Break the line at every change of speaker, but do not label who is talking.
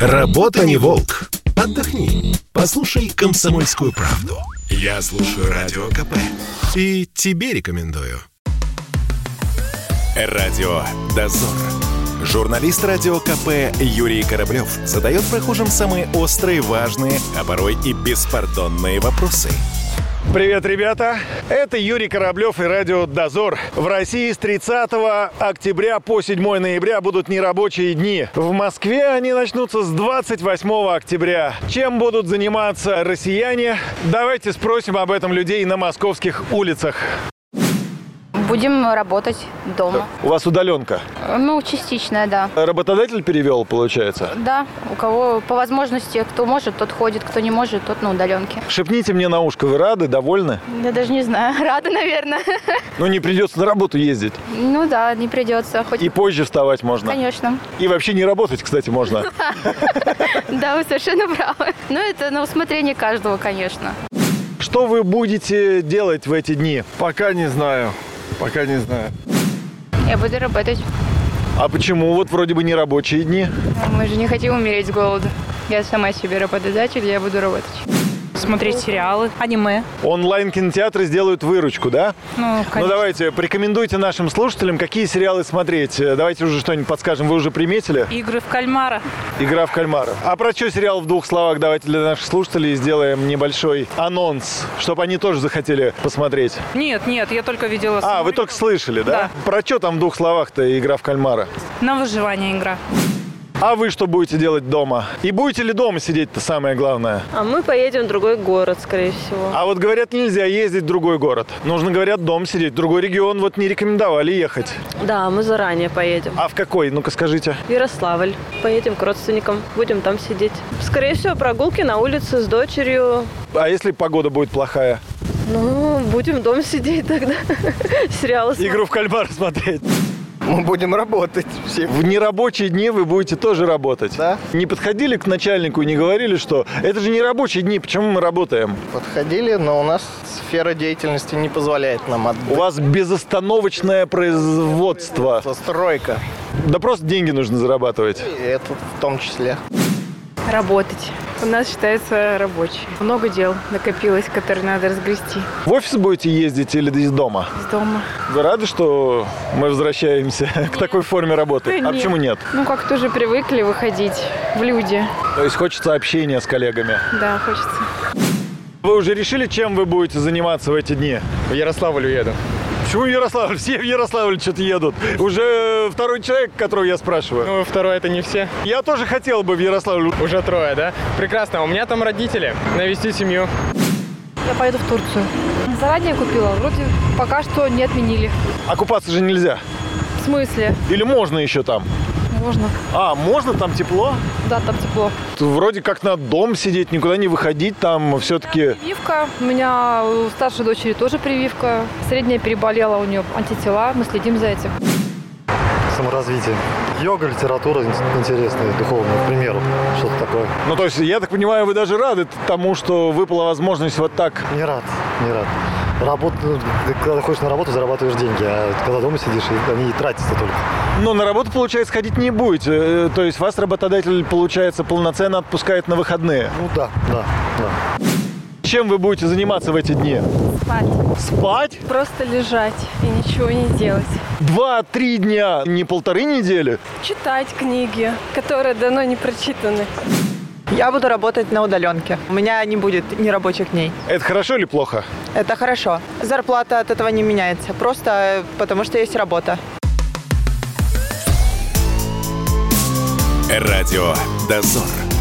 Работа не волк. Отдохни. Послушай комсомольскую правду. Я слушаю радио КП. И тебе рекомендую.
Радио Дозор. Журналист радио КП Юрий Кораблев задает прохожим самые острые, важные, а порой и беспардонные вопросы.
Привет, ребята! Это Юрий Кораблев и радио «Дозор». В России с 30 октября по 7 ноября будут нерабочие дни. В Москве они начнутся с 28 октября. Чем будут заниматься россияне? Давайте спросим об этом людей на московских улицах.
Будем работать дома.
У вас удаленка.
Ну, частично, да.
Работодатель перевел, получается?
Да, у кого по возможности, кто может, тот ходит, кто не может, тот на удаленке.
Шепните мне на ушко, вы рады, довольны?
Я даже не знаю, рада, наверное.
Ну, не придется на работу ездить.
Ну да, не придется. Хоть...
И позже вставать можно.
Конечно.
И вообще не работать, кстати, можно.
Да, вы совершенно правы. Но это на усмотрение каждого, конечно.
Что вы будете делать в эти дни?
Пока не знаю. Пока не знаю.
Я буду работать.
А почему вот вроде бы не рабочие дни?
Мы же не хотим умереть с голоду. Я сама себе работодатель, я буду работать.
смотреть сериалы, аниме.
Онлайн-кинотеатры сделают выручку, да?
Ну,
Ну
конечно.
давайте, порекомендуйте нашим слушателям, какие сериалы смотреть. Э, Давайте уже что-нибудь подскажем. Вы уже приметили?
Игры в кальмара.
Игра в кальмара. А про что сериал в двух словах давайте для наших слушателей сделаем небольшой анонс, чтобы они тоже захотели посмотреть.
Нет, нет, я только
А,
видела.
вы
самолет.
только слышали, да?
Да.
Про что там в двух словах-то игра в кальмара?
На выживание игра.
А вы что будете делать дома? И будете ли дома сидеть-то самое главное?
А мы поедем в другой город, скорее всего.
А вот говорят, нельзя ездить в другой город. Нужно, говорят, дом сидеть. В другой регион вот не рекомендовали ехать.
Да, мы заранее поедем.
А в какой? Ну-ка скажите.
В Ярославль. Поедем к родственникам, будем там сидеть. Скорее всего, прогулки на улице с дочерью.
А если погода будет плохая?
Ну, будем дома сидеть тогда. Сериалы смотреть.
Игру в кальмар смотреть.
Мы будем работать все.
В нерабочие дни вы будете тоже работать.
Да.
Не подходили к начальнику и не говорили, что это же нерабочие дни, почему мы работаем?
Подходили, но у нас сфера деятельности не позволяет нам
У
отдыхать.
вас безостановочное производство.
Стройка.
Да просто деньги нужно зарабатывать.
И это в том числе.
Работать. У нас считается рабочий. Много дел накопилось, которые надо разгрести
В офис будете ездить или из дома?
из дома.
Вы рады, что мы возвращаемся к такой форме работы?
Да нет.
А почему нет?
Ну, как-то уже привыкли выходить в люди.
То есть хочется общения с коллегами.
Да, хочется.
Вы уже решили, чем вы будете заниматься в эти дни?
В Ярославль уеду.
Почему в Ярославль? Все в Ярославль что-то едут. Уже э, второй человек, которого я спрашиваю.
Ну, второй это не все.
Я тоже хотел бы в Ярославль.
Уже трое, да? Прекрасно. А У меня там родители. Навести семью.
Я поеду в Турцию. Заранее купила, вроде пока что не отменили.
А купаться же нельзя.
В смысле?
Или можно еще там?
Можно.
А, можно, там тепло.
Да, там тепло.
Тут Вроде как на дом сидеть, никуда не выходить, там все-таки...
Прививка. У меня у старшей дочери тоже прививка. Средняя переболела у нее антитела. Мы следим за этим.
саморазвитие. Йога, литература ин- интересная, духовная, к примеру, что-то такое.
Ну, то есть, я так понимаю, вы даже рады тому, что выпала возможность вот так.
Не рад, не рад. Работа, ну, ты когда ходишь на работу, зарабатываешь деньги, а когда дома сидишь, и они и тратятся только.
Но на работу, получается, ходить не будете. Э, То есть, вас работодатель, получается, полноценно отпускает на выходные.
Ну да, да, да.
Чем вы будете заниматься в эти дни? Спать. Спать?
Просто лежать и ничего не делать.
Два-три дня, не полторы недели?
Читать книги, которые давно не прочитаны.
Я буду работать на удаленке. У меня не будет нерабочих дней.
Это хорошо или плохо?
Это хорошо. Зарплата от этого не меняется. Просто э, потому что есть работа.
Радио Дозор.